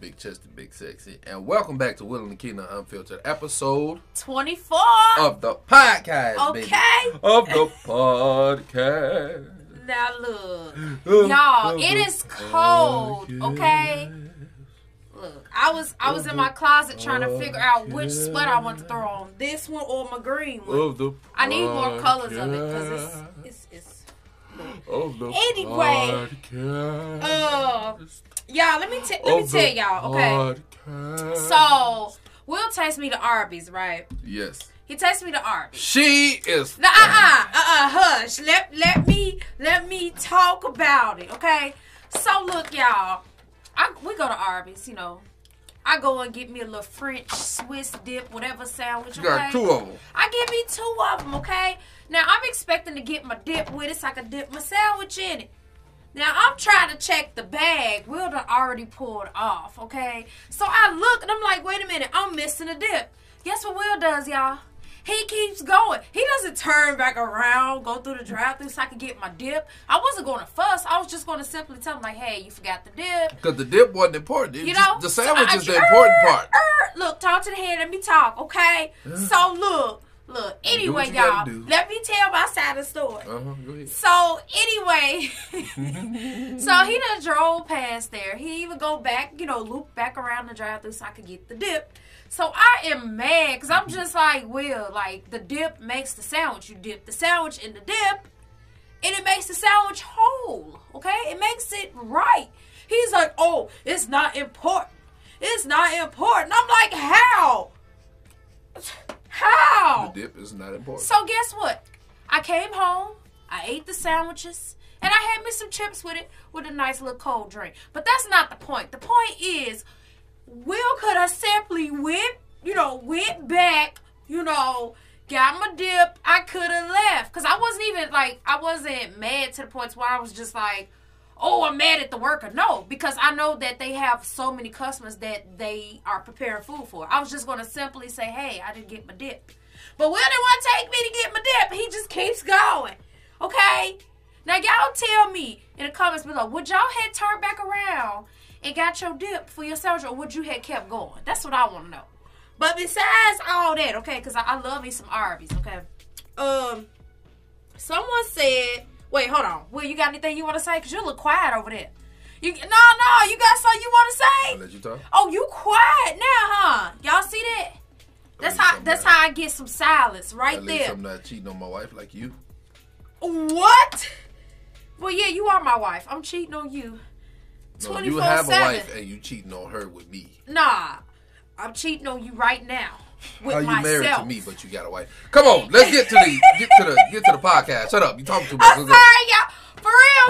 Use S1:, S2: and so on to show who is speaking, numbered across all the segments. S1: big chested, big sexy, and welcome back to Will and Kina Unfiltered, episode
S2: 24.
S1: of the podcast,
S2: okay.
S1: baby. Of the podcast.
S2: Now look.
S1: Of
S2: Y'all,
S1: the
S2: it is cold, okay? Look, I was I was in my closet trying to figure out which sweater I want to throw on. This one or my green
S1: podcast.
S2: one.
S1: Of the
S2: I need more colors of it because
S1: podcast.
S2: it's, it's it's
S1: Of the
S2: Anyway,
S1: podcast.
S2: uh, y'all, let me t- let me
S1: Of the
S2: tell y'all, okay?
S1: podcast.
S2: So Will takes me to Arby's, right?
S1: Yes.
S2: He takes me to Arby's.
S1: She is.
S2: No, uh uh, uh uh, hush. Let let me let me talk about it, okay? So look, y'all. I we go to Arby's, you know. I go and get me a little French Swiss dip, whatever sandwich.
S1: You
S2: Okay?
S1: got two of them.
S2: I get me two of them, okay? Now I'm expecting to get my dip with it so I can dip my sandwich in it. Now I'm trying to check the bag. Will done already pulled off, okay? So I look and I'm like, wait a minute, I'm missing a dip. Guess what Will does, y'all? He keeps going. He doesn't turn back around, go through the drive through so I can get my dip. I wasn't going to fuss. I was just going to simply tell him, like, hey, you forgot the dip.
S1: Because the dip wasn't important. It's
S2: You
S1: just-
S2: know?
S1: the
S2: So
S1: sandwich
S2: I-
S1: is the important
S2: er,
S1: part.
S2: er, look, talk to the head. Let me talk, okay? So, look, look. Anyway,
S1: you
S2: y'all,
S1: gotta do.
S2: let me tell my side of the story.
S1: Uh huh. Go ahead.
S2: So anyway, so he done drove past there. He even go back, you know, loop back around the drive through so I could get the dip. So I am mad because I'm just like, well, like the dip makes the sandwich. You dip the sandwich in the dip, and it makes the sandwich whole. Okay, it makes it right. He's like, oh, it's not important. It's not important. I'm like, how? How?
S1: The dip is not important.
S2: So guess what? I came home, I ate the sandwiches, and I had me some chips with it with a nice little cold drink. But that's not the point. The point is Will could have simply went, you know, went back, you know, got my dip. I could have left. Cause I wasn't even like I wasn't mad to the point where I was just like Oh, I'm mad at the worker. No, because I know that they have so many customers that they are preparing food for. I was just gonna simply say, "Hey, I didn't get my dip." But Will didn't want to take me to get my dip. He just keeps going. Okay? Now y'all tell me in the comments below, would y'all had turned back around and got your dip for your sandwich or would you had kept going? That's what I want to know. But besides all that, okay, because I, I love me some Arby's, okay? Um, someone said, wait, hold on. Will, you got anything you want to say? Because you look quiet over there. You, no, no, you got something you want to say?
S1: I'll let you talk.
S2: Oh, you quiet now, huh? Y'all see that? That's
S1: least
S2: how
S1: I'm
S2: that's
S1: not-
S2: how I get some silence right
S1: At least
S2: there.
S1: I'm not cheating on my wife like you.
S2: What? Well, yeah, you are my wife. I'm cheating on you.
S1: No, you have a wife
S2: 24/7.
S1: and you cheating on her with me.
S2: Nah, I'm cheating on you right now with
S1: How you
S2: myself.
S1: married to me, but you got a wife? Come on, let's get to the get to the get to the podcast. Shut up, you talking too much.
S2: I'm
S1: Let's go.
S2: sorry, y'all.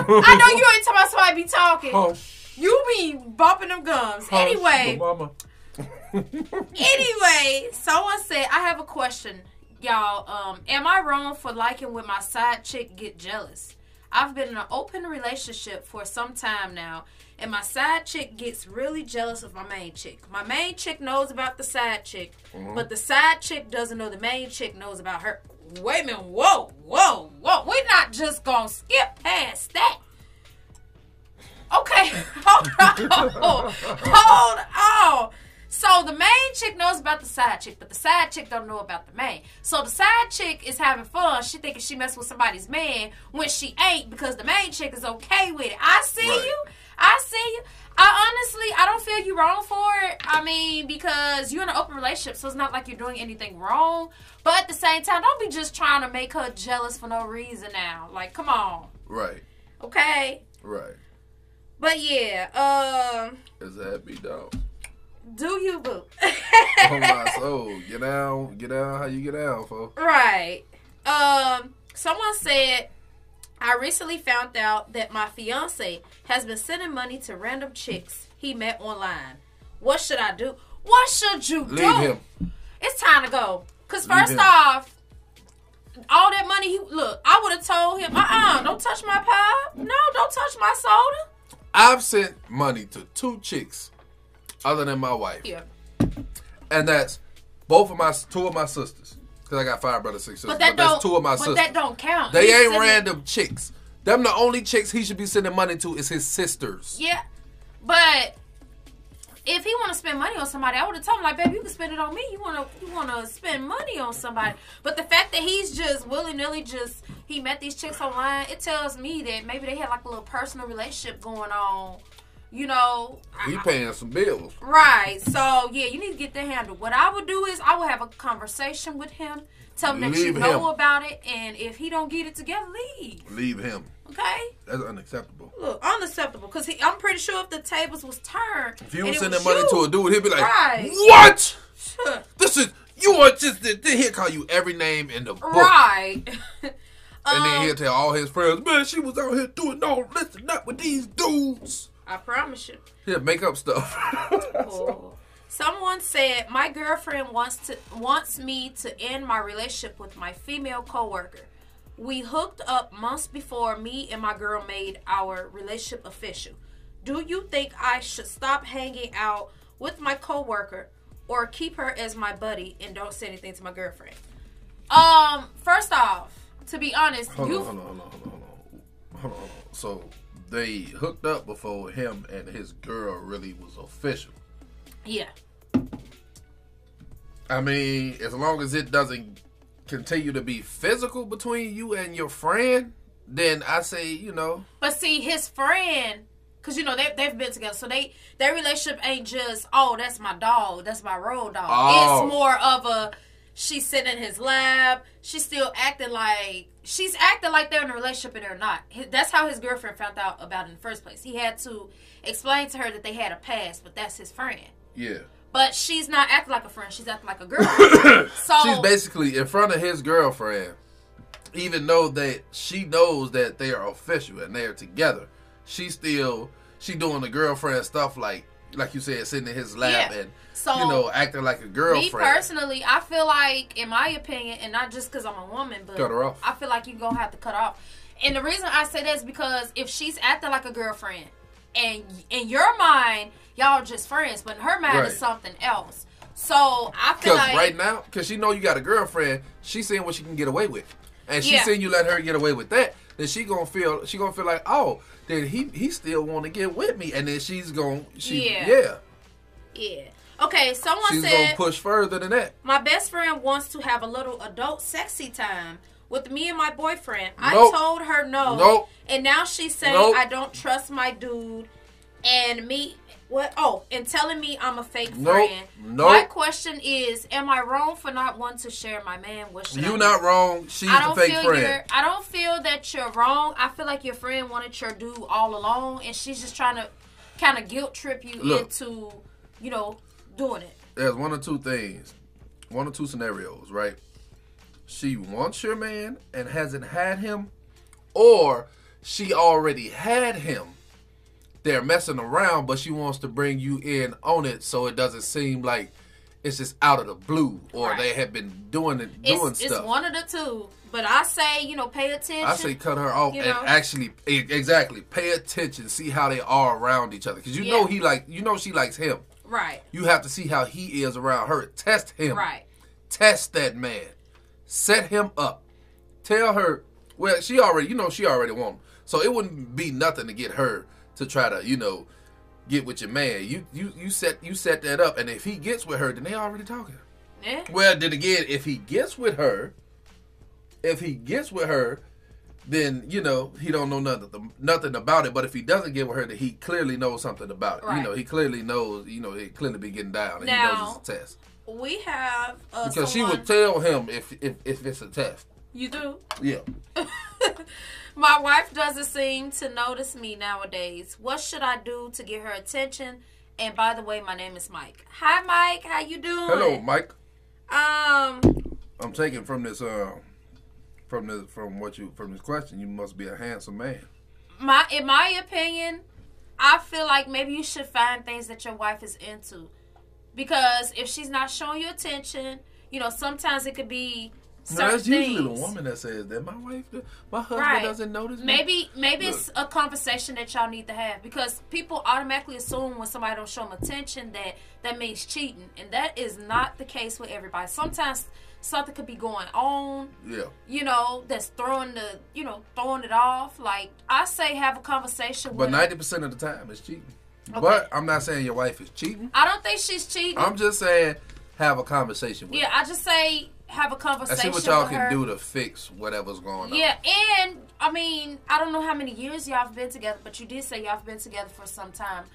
S2: For real, I know you ain't talking about somebody be talking.
S1: Hush,
S2: You be bumping them gums.
S1: hush,
S2: anyway,
S1: Oh. the mama.
S2: anyway, someone said I have a question, y'all. Um, am I wrong for liking when my side chick get jealous? I've been in an open relationship for some time now, and my side chick gets really jealous of my main chick. My main chick knows about the side chick, but the side chick doesn't know the main chick knows about her. Wait a minute, whoa, whoa, whoa. We're not just gonna skip past that. Okay, hold on. hold on. So the main chick knows about the side chick, but the side chick don't know about the main. So the side chick is having fun. She thinking she messed with somebody's man when she ain't because the main chick is okay with it. I see
S1: Right.
S2: you. I see you. I honestly, I don't feel you wrong for it. I mean, because you're in an open relationship, so it's not like you're doing anything wrong. But at the same time, don't be just trying to make her jealous for no reason now. Like, come on.
S1: Right,
S2: Okay?
S1: right.
S2: But yeah, um,
S1: It's a happy dog.
S2: do you boo?
S1: On Oh my soul, get down, get down. How you get down, fo?
S2: right. Um, someone said, I recently found out that my fiance has been sending money to random chicks he met online. What should I do? What should you
S1: Leave
S2: do?
S1: him.
S2: It's time to go. Cause
S1: Leave
S2: first
S1: him.
S2: off, all that money he look, I would have told him, uh uh-uh, uh, do not touch my pop. No, don't touch my soda.
S1: I've sent money to two chicks, other than my wife,
S2: Here.
S1: and that's both of my two of my sisters. Cause I got five brothers, six sisters.
S2: But that don't
S1: that's two of my
S2: but
S1: sisters.
S2: that don't count.
S1: They
S2: He's
S1: ain't
S2: sending-
S1: random chicks. Them the only chicks he should be sending money to is his sisters.
S2: Yeah. But if he want to spend money on somebody, I would have told him like, baby, you can spend it on me. You want to you want to spend money on somebody. But the fact that he's just willy nilly, just he met these chicks online, it tells me that maybe they had like a little personal relationship going on. You know,
S1: We paying some bills.
S2: Right. So yeah, you need to get that handled. What I would do is I would have a conversation with him, tell him that you
S1: Leave
S2: know
S1: him.
S2: about it, and if he don't get it together, leave.
S1: Leave him.
S2: Okay.
S1: That's unacceptable.
S2: Look, unacceptable. Cause he, I'm pretty sure if the tables was turned,
S1: If you was sending money to a dude, he'd be like,
S2: Right.
S1: "What?
S2: to
S1: This is you are just." Then he'll call you every name in the book,
S2: right.
S1: and then
S2: Um,
S1: he'll tell all his friends, "Man, she was out here doing all this and that with these dudes."
S2: I promise you.
S1: He'll make up stuff.
S2: Oh. Someone said my girlfriend wants to wants me to end my relationship with my female coworker. We hooked up months before me and my girl made our relationship official. Do you think I should stop hanging out with my coworker or keep her as my buddy and don't say anything to my girlfriend? Um, first off, to be honest,
S1: Hold
S2: you
S1: on, hold on, hold on, hold on, hold on, hold on, hold on. So they hooked up before him and his girl really was official.
S2: yeah.
S1: I mean, as long as it doesn't continue to be physical between you and your friend, then I say, you know,
S2: But see, his friend, because you know they they've been together, so they their relationship ain't just oh that's my dog, that's my road dog.
S1: Oh.
S2: It's more of a she's sitting in his lab, she's still acting like she's acting like they're in a relationship and they're not. Hi- That's how his girlfriend found out about it in the first place. He had to explain to her that they had a past, but that's his friend.
S1: yeah.
S2: But she's not acting like a friend; she's acting like a girl. so
S1: She's basically in front of his girlfriend, even though that she knows that they are official and they are together. She still she doing the girlfriend stuff like like you said, sitting in his lap
S2: Yeah.
S1: and
S2: So,
S1: you know acting like a girlfriend.
S2: Me personally, I feel like, in my opinion, and not just because I'm a woman, but
S1: Cut her off.
S2: I feel like you're gonna have to cut off. And the reason I say that is because if she's acting like a girlfriend, and in your mind, y'all just friends, but in her mind, it's
S1: Right.
S2: something else. So I feel
S1: Because
S2: like
S1: right now, because she know you got a girlfriend, she's seeing what she can get away with, and she
S2: Yeah.
S1: seeing you let her get away with that. Then she gonna feel she gonna feel like oh, then he he still want to get with me, and then she's gonna she
S2: Yeah.
S1: yeah,
S2: yeah. Okay, someone
S1: she's
S2: said
S1: gonna push further than that.
S2: my best friend wants to have a little adult sexy time with me and my boyfriend.
S1: Nope.
S2: I told her no.
S1: Nope.
S2: And now she's saying
S1: Nope.
S2: I don't trust my dude and me what oh, and telling me I'm a fake
S1: Nope.
S2: friend.
S1: Nope.
S2: My question is, am I wrong for not wanting to share my man? What should I
S1: You
S2: do?
S1: not wrong. She's
S2: I
S1: the
S2: don't
S1: fake
S2: feel
S1: friend.
S2: you're I don't feel that you're wrong. I feel like your friend wanted your dude all along and she's just trying to kind of guilt trip you
S1: Look.
S2: into, you know, doing it.
S1: There's one or two things, one or two scenarios, right? She wants your man and hasn't had him, or she already had him. They're messing around, but she wants to bring you in on it so it doesn't seem like it's just out of the blue or
S2: Right.
S1: they have been doing it doing
S2: it's,
S1: stuff.
S2: It's one of the two. But I say, you know, pay attention.
S1: I say cut her off
S2: you
S1: and
S2: know?
S1: actually e- exactly pay attention, see how they are around each other because you
S2: Yeah.
S1: know he like you know she likes him.
S2: right,
S1: You have to see how he is around her. Test him.
S2: right.
S1: Test that man. Set him up. Tell her. Well, she already, you know, she already won. So it wouldn't be nothing to get her to try to, you know, get with your man. You you you set you set that up, and if he gets with her, then they already talking.
S2: Yeah.
S1: Well, then again, if he gets with her, if he gets with her, then you know he don't know nothing nothing about it. But if he doesn't get with her, then he clearly knows something about it.
S2: Right.
S1: You know, he clearly knows. You know, he clearly be getting down, and he
S2: Now,
S1: knows it's a test
S2: We have uh,
S1: because she
S2: someone-
S1: would tell him if if, if it's a test.
S2: You do.
S1: Yeah,
S2: My wife doesn't seem to notice me nowadays. What should I do to get her attention? And by the way, my name is Mike. Hi, Mike. How you doing?
S1: hello, Mike.
S2: Um,
S1: I'm taking from this uh from this from what you from this question. You must be a handsome man.
S2: my in my opinion, I feel like maybe you should find things that your wife is into. Because if she's not showing you attention, you know, sometimes it could be certain
S1: No, that's usually the
S2: things.
S1: woman that says that. My wife, do- my husband
S2: Right.
S1: doesn't notice. me."
S2: Maybe maybe it's a conversation that y'all need to have because people automatically assume when somebody don't show them attention that that means cheating, and that is not the case with everybody. Sometimes something could be going on,
S1: Yeah.
S2: you know, that's throwing the you know throwing it off. Like I say, have a conversation
S1: But
S2: with.
S1: ninety percent of the time, it's cheating. But I'm not saying your wife is cheating.
S2: I don't think she's cheating.
S1: I'm just saying have a conversation with
S2: yeah,
S1: her.
S2: I just say have a
S1: And
S2: conversation.
S1: see what y'all
S2: with
S1: can
S2: her.
S1: do to fix whatever's going on.
S2: Yeah, and I mean, I don't know how many years y'all have been together, but you did say y'all have been together for some time.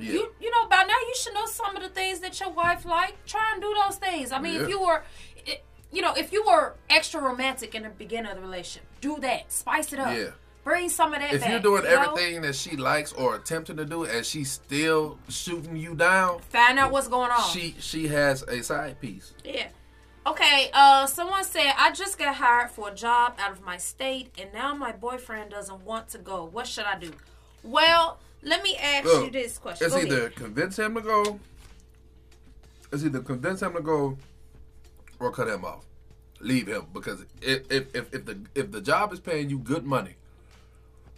S1: Yeah.
S2: You you know by now you should know some of the things that your wife like. Try and do those things. I mean,
S1: Yeah.
S2: if you were, i- you know, if you were extra romantic in the beginning of the relationship, do that. Spice it up.
S1: Yeah.
S2: Bring some of that.
S1: If
S2: back,
S1: you're doing
S2: you know?
S1: everything that she likes or attempting to do and she's still shooting you down,
S2: find out what's going on.
S1: she she has a side piece.
S2: Yeah. Okay, uh, someone said, I just got hired for a job out of my state and now my boyfriend doesn't want to go. What should I do? Well, let me ask
S1: Look,
S2: you this question.
S1: It's
S2: Go ahead.
S1: either convince him to go. It's either convince him to go, or cut him off, leave him because if if if, if the if the job is paying you good money,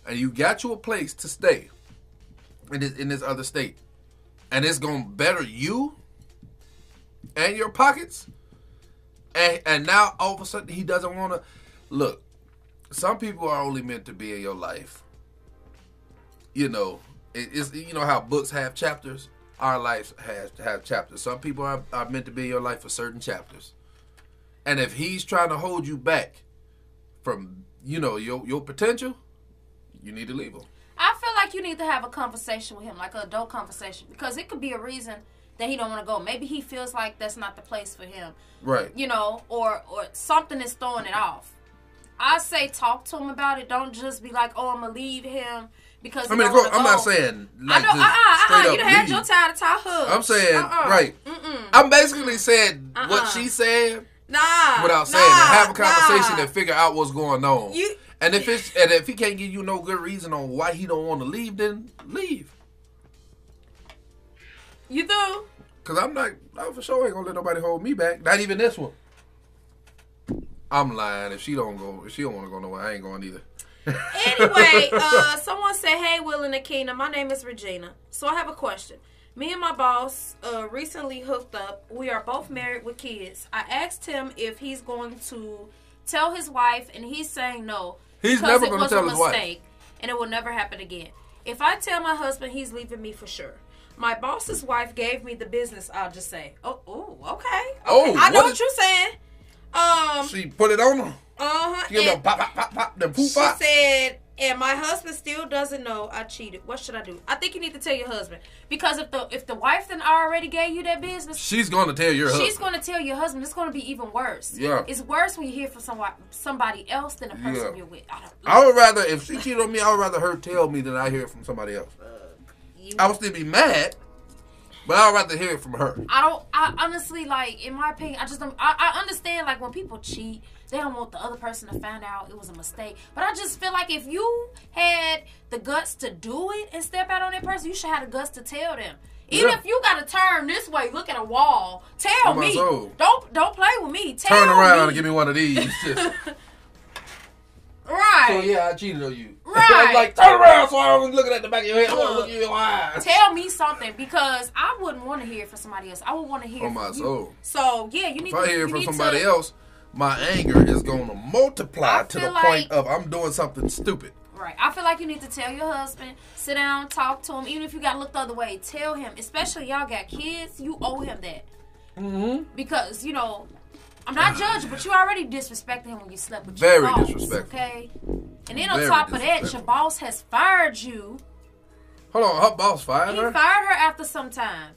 S1: and you got you a place to stay, in this in this other state, and it's gonna better you, and your pockets, and and now all of a sudden he doesn't want to look. Some people are only meant to be in your life you know, it, it's you know how books have chapters. Our lives has have chapters. Some people are, are meant to be in your life for certain chapters. And if he's trying to hold you back from you know your your potential, you need to leave him.
S2: I feel like you need to have a conversation with him, like an adult conversation, because it could be a reason that he don't want to go. Maybe he feels like that's not the place for him,
S1: Right.
S2: you know, or or something is throwing it off. I say talk to him about it. Don't just be like, oh, I'm gonna leave him because
S1: I
S2: he
S1: mean,
S2: don't
S1: girl,
S2: wanna
S1: I'm not
S2: go.
S1: saying
S2: I
S1: like
S2: know, uh uh-uh,
S1: just
S2: uh,
S1: straight
S2: You done
S1: up
S2: had
S1: leave.
S2: your time to tie hooks.
S1: I'm saying
S2: Uh-uh.
S1: right.
S2: Mm-mm.
S1: I'm basically saying what
S2: Uh-uh.
S1: she said
S2: Nah.
S1: without saying it. Have a
S2: nah,
S1: conversation
S2: nah.
S1: and figure out what's going on.
S2: You-
S1: and if it's and if he can't give you no good reason on why he don't want to leave, then leave.
S2: you do.
S1: Cause I'm not, I for sure ain't gonna let nobody hold me back. Not even this one. I'm lying. If she don't go, if she don't want to go nowhere, I ain't going either.
S2: Anyway, uh, someone said, "Hey, Will in the Kingdom. My name is Regina. So I have a question. Me and my boss uh, recently hooked up. We are both married with kids. I asked him if he's going to tell his wife, and he's saying no.
S1: He's
S2: because
S1: never
S2: it
S1: gonna
S2: was a
S1: tell his wife.
S2: mistake, and it will never happen again. If I tell my husband, he's leaving me for sure." My boss's wife gave me the business. I'll just say, oh, oh, okay. okay.
S1: Oh,
S2: I know
S1: what
S2: what,
S1: is-
S2: you're saying. Um,
S1: she put it on him.
S2: uh-huh.
S1: Give
S2: and-
S1: them pop, pop, pop, pop, the
S2: she
S1: poop out.
S2: said, and my husband still doesn't know I cheated. What should I do? I think you need to tell your husband because if the if the wife then already gave you that business,
S1: She's gonna tell your husband.
S2: she's going to tell your husband. It's going to be even worse.
S1: Yeah.
S2: it's worse when you hear from someone somebody else than the person
S1: Yeah.
S2: you're with. I don't.
S1: I would rather if she cheated on me, I would rather her tell me than I hear it from somebody else.
S2: you-
S1: I would still be mad, but I'd rather hear it from her.
S2: I don't. I honestly like, in my opinion, I just don't. I, I understand like when people cheat, they don't want the other person to find out it was a mistake. But I just feel like if you had the guts to do it and step out on that person, you should have the guts to tell them. Even
S1: Yeah.
S2: if you got to turn this way, look at a wall, tell
S1: On my
S2: me.
S1: soul.
S2: Don't don't play with me. Tell
S1: Turn around and
S2: me.
S1: give me one of these. Just,
S2: Right.
S1: so yeah, I cheated on you.
S2: Right.
S1: like turn around, so I was looking at the back of your head. I want to
S2: Look.
S1: look you in your eyes.
S2: Tell me something because I wouldn't want to hear it from somebody else. I would want to hear it
S1: On my
S2: from you.
S1: soul.
S2: So yeah, you need.
S1: If I
S2: to,
S1: hear
S2: you
S1: it from
S2: need
S1: somebody
S2: to,
S1: else, my anger is going to multiply
S2: I
S1: to the
S2: feel
S1: point
S2: like-
S1: of I'm doing something stupid.
S2: Right. I feel like you need to tell your husband, sit down, talk to him. Even if you got to look the other way, tell him. Especially y'all got kids, you owe him that. Mm-hmm. Because, you know, I'm not judging, but you already disrespected him when you slept with your
S1: Very
S2: boss.
S1: disrespectful.
S2: Okay? And then on
S1: Very
S2: top of that, your
S1: disrespectful.
S2: boss has fired you.
S1: Hold on, her boss fired
S2: He
S1: her,
S2: fired her after some time.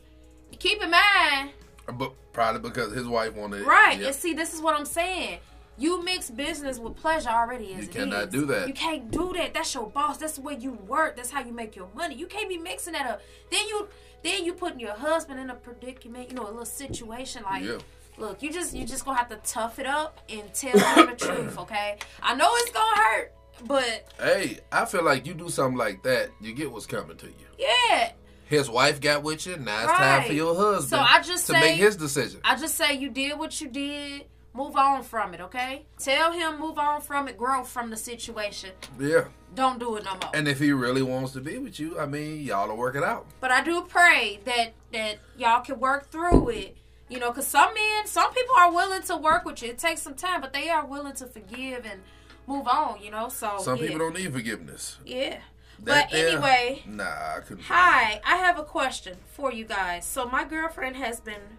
S2: Keep in mind,
S1: but probably because his wife wanted it.
S2: Right.
S1: Yeah.
S2: And see, this is what I'm saying. You mix business with pleasure already as
S1: You
S2: it
S1: cannot
S2: is.
S1: do that.
S2: You can't do that. That's your boss. That's where you work. That's how you make your money. You can't be mixing that up. Then you then you putting your husband in a predicament, you know, a little situation like
S1: Yeah.
S2: look, you just you just gonna have to tough it up and tell him the truth, okay? I know it's gonna hurt, but
S1: Hey, I feel like you do something like that, you get what's coming to you.
S2: yeah.
S1: His wife got with you. Now it's time
S2: Right.
S1: for your husband
S2: So I just
S1: to
S2: say-
S1: make his decision.
S2: I just say you did what you did. Move on from it, okay? Tell him move on from it, grow from the situation.
S1: yeah.
S2: Don't do it no more.
S1: And if he really wants to be with you, I mean, y'all will work it out.
S2: But I do pray that that y'all can work through it. You know, because some men, some people are willing to work with you. It takes some time, but they are willing to forgive and move on. You know, so Oh,
S1: Some
S2: yeah.
S1: people don't need forgiveness.
S2: Yeah. but
S1: That there-
S2: anyway,
S1: Nah, I couldn't.
S2: hi. I have a question for you guys. So my girlfriend has been,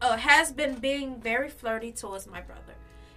S2: uh, has been being very flirty towards my brother,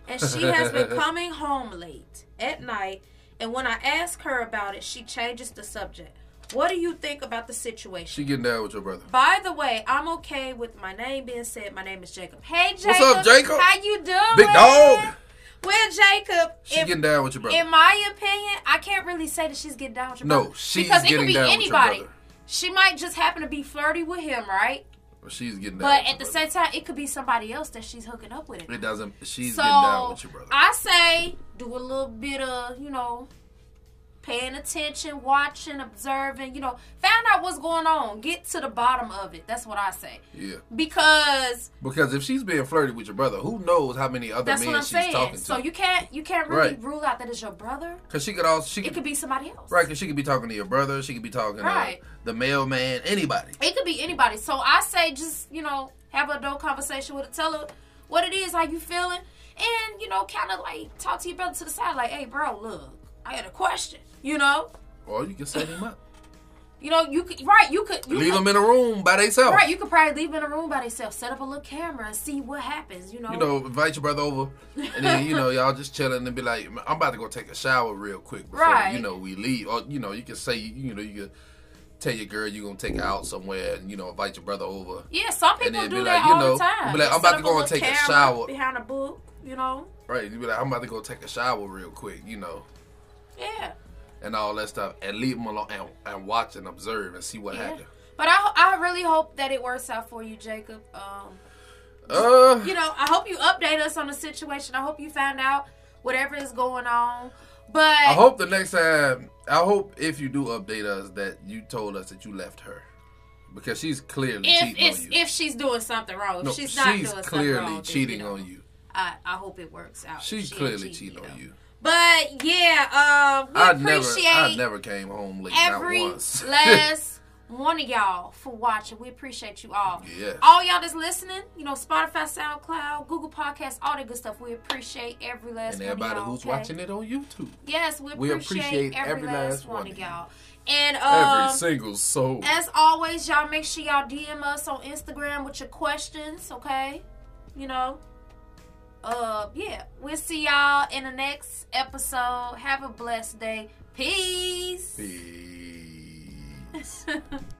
S2: and she has been coming home late at night. And when I ask her about it, she changes the subject. What do you think about the situation?
S1: She getting down with your brother.
S2: By the way, I'm okay with my name being said. My name is Jacob. Hey, Jacob.
S1: up, Jacob?
S2: How you doing?
S1: Big dog.
S2: Well, Jacob,
S1: She
S2: if,
S1: getting down with your brother.
S2: in my opinion, I can't really say that she's getting down with your
S1: No,
S2: brother.
S1: she's
S2: because it
S1: getting
S2: could be
S1: down with your
S2: anybody.
S1: brother.
S2: She might just happen to be flirty with him, right?
S1: she's getting down.
S2: But
S1: with
S2: at the
S1: your
S2: same time, it could be somebody else that she's hooking up with.
S1: brother. it doesn't. She's
S2: so
S1: getting down with your brother.
S2: I say do a little bit of you know paying attention, watching, observing. You know, find out what's going on. Get to the bottom of it. That's what I say.
S1: yeah,
S2: Because
S1: because if she's being flirty with your brother, who knows how many other
S2: that's
S1: men
S2: what I'm
S1: she's
S2: saying.
S1: talking
S2: So
S1: to?
S2: you can't you can't really
S1: Right.
S2: rule out that it's your brother.
S1: Because she could also she
S2: It
S1: could,
S2: could be somebody else.
S1: right. Because she could be talking to your brother. She could be talking
S2: Right.
S1: to the mailman. Anybody.
S2: It could be anybody. So I say just, you know, have an adult conversation with her. Tell her what it is, how you feeling. And, you know, kind of like talk to your brother to the side, like, hey, bro, look, I got a question. You know?
S1: Or you can set him up.
S2: You know, you could, right, you could. You
S1: Leave
S2: could,
S1: them in a room by themselves.
S2: Right, you could probably leave in a room by themselves, set up a little camera and see what happens, you know?
S1: You know, invite your brother over, and then you know y'all just chilling and be like, "I'm about to go take a shower real quick before
S2: Right.
S1: you know we leave." Or you know, you can say you know you can tell your girl you're gonna take her out somewhere, and you know invite your brother over,
S2: yeah, some
S1: and
S2: people
S1: then
S2: do
S1: be
S2: that
S1: like, you
S2: all
S1: know,
S2: the time.
S1: be like,
S2: They set
S1: I'm about to
S2: up
S1: go and
S2: little
S1: take a
S2: camera
S1: shower.
S2: Behind a book, you know?
S1: right? You be like, "I'm about to go take a shower real quick," you know,
S2: Yeah.
S1: and all that stuff, and leave them alone and, and watch and observe and see what
S2: Yeah.
S1: happens.
S2: But I, ho- I really hope that it works out for you, Jacob. Um,
S1: Uh,
S2: you know, I hope you update us on the situation. I hope you find out whatever is going on. But
S1: I hope the next time, I hope if you do update us that you told us that you left her, because she's clearly
S2: if
S1: cheating
S2: it's
S1: on you.
S2: if she's doing something wrong, if
S1: No,
S2: she's not doing
S1: clearly
S2: something wrong,
S1: cheating
S2: then, you know,
S1: on you.
S2: I, I hope it works out.
S1: She's
S2: She ain't
S1: clearly cheating
S2: though.
S1: on you.
S2: But yeah, um, we
S1: I never,
S2: appreciate
S1: I never came home late.
S2: every
S1: not once.
S2: last one of y'all for watching. We appreciate you all.
S1: Yes.
S2: All y'all that's listening, you know, Spotify, SoundCloud, Google Podcasts, all that good stuff. We appreciate every last
S1: and
S2: one
S1: everybody
S2: of y'all.
S1: who's
S2: okay?
S1: watching it on YouTube,
S2: Yes, we
S1: We
S2: appreciate,
S1: appreciate
S2: every, last one, of
S1: you.
S2: y'all. And
S1: every
S2: um,
S1: single soul.
S2: as always, y'all make sure y'all DM us on Instagram with your questions, okay? You know. Uh yeah. We'll see y'all in the next episode. Have a blessed day. Peace.
S1: Peace.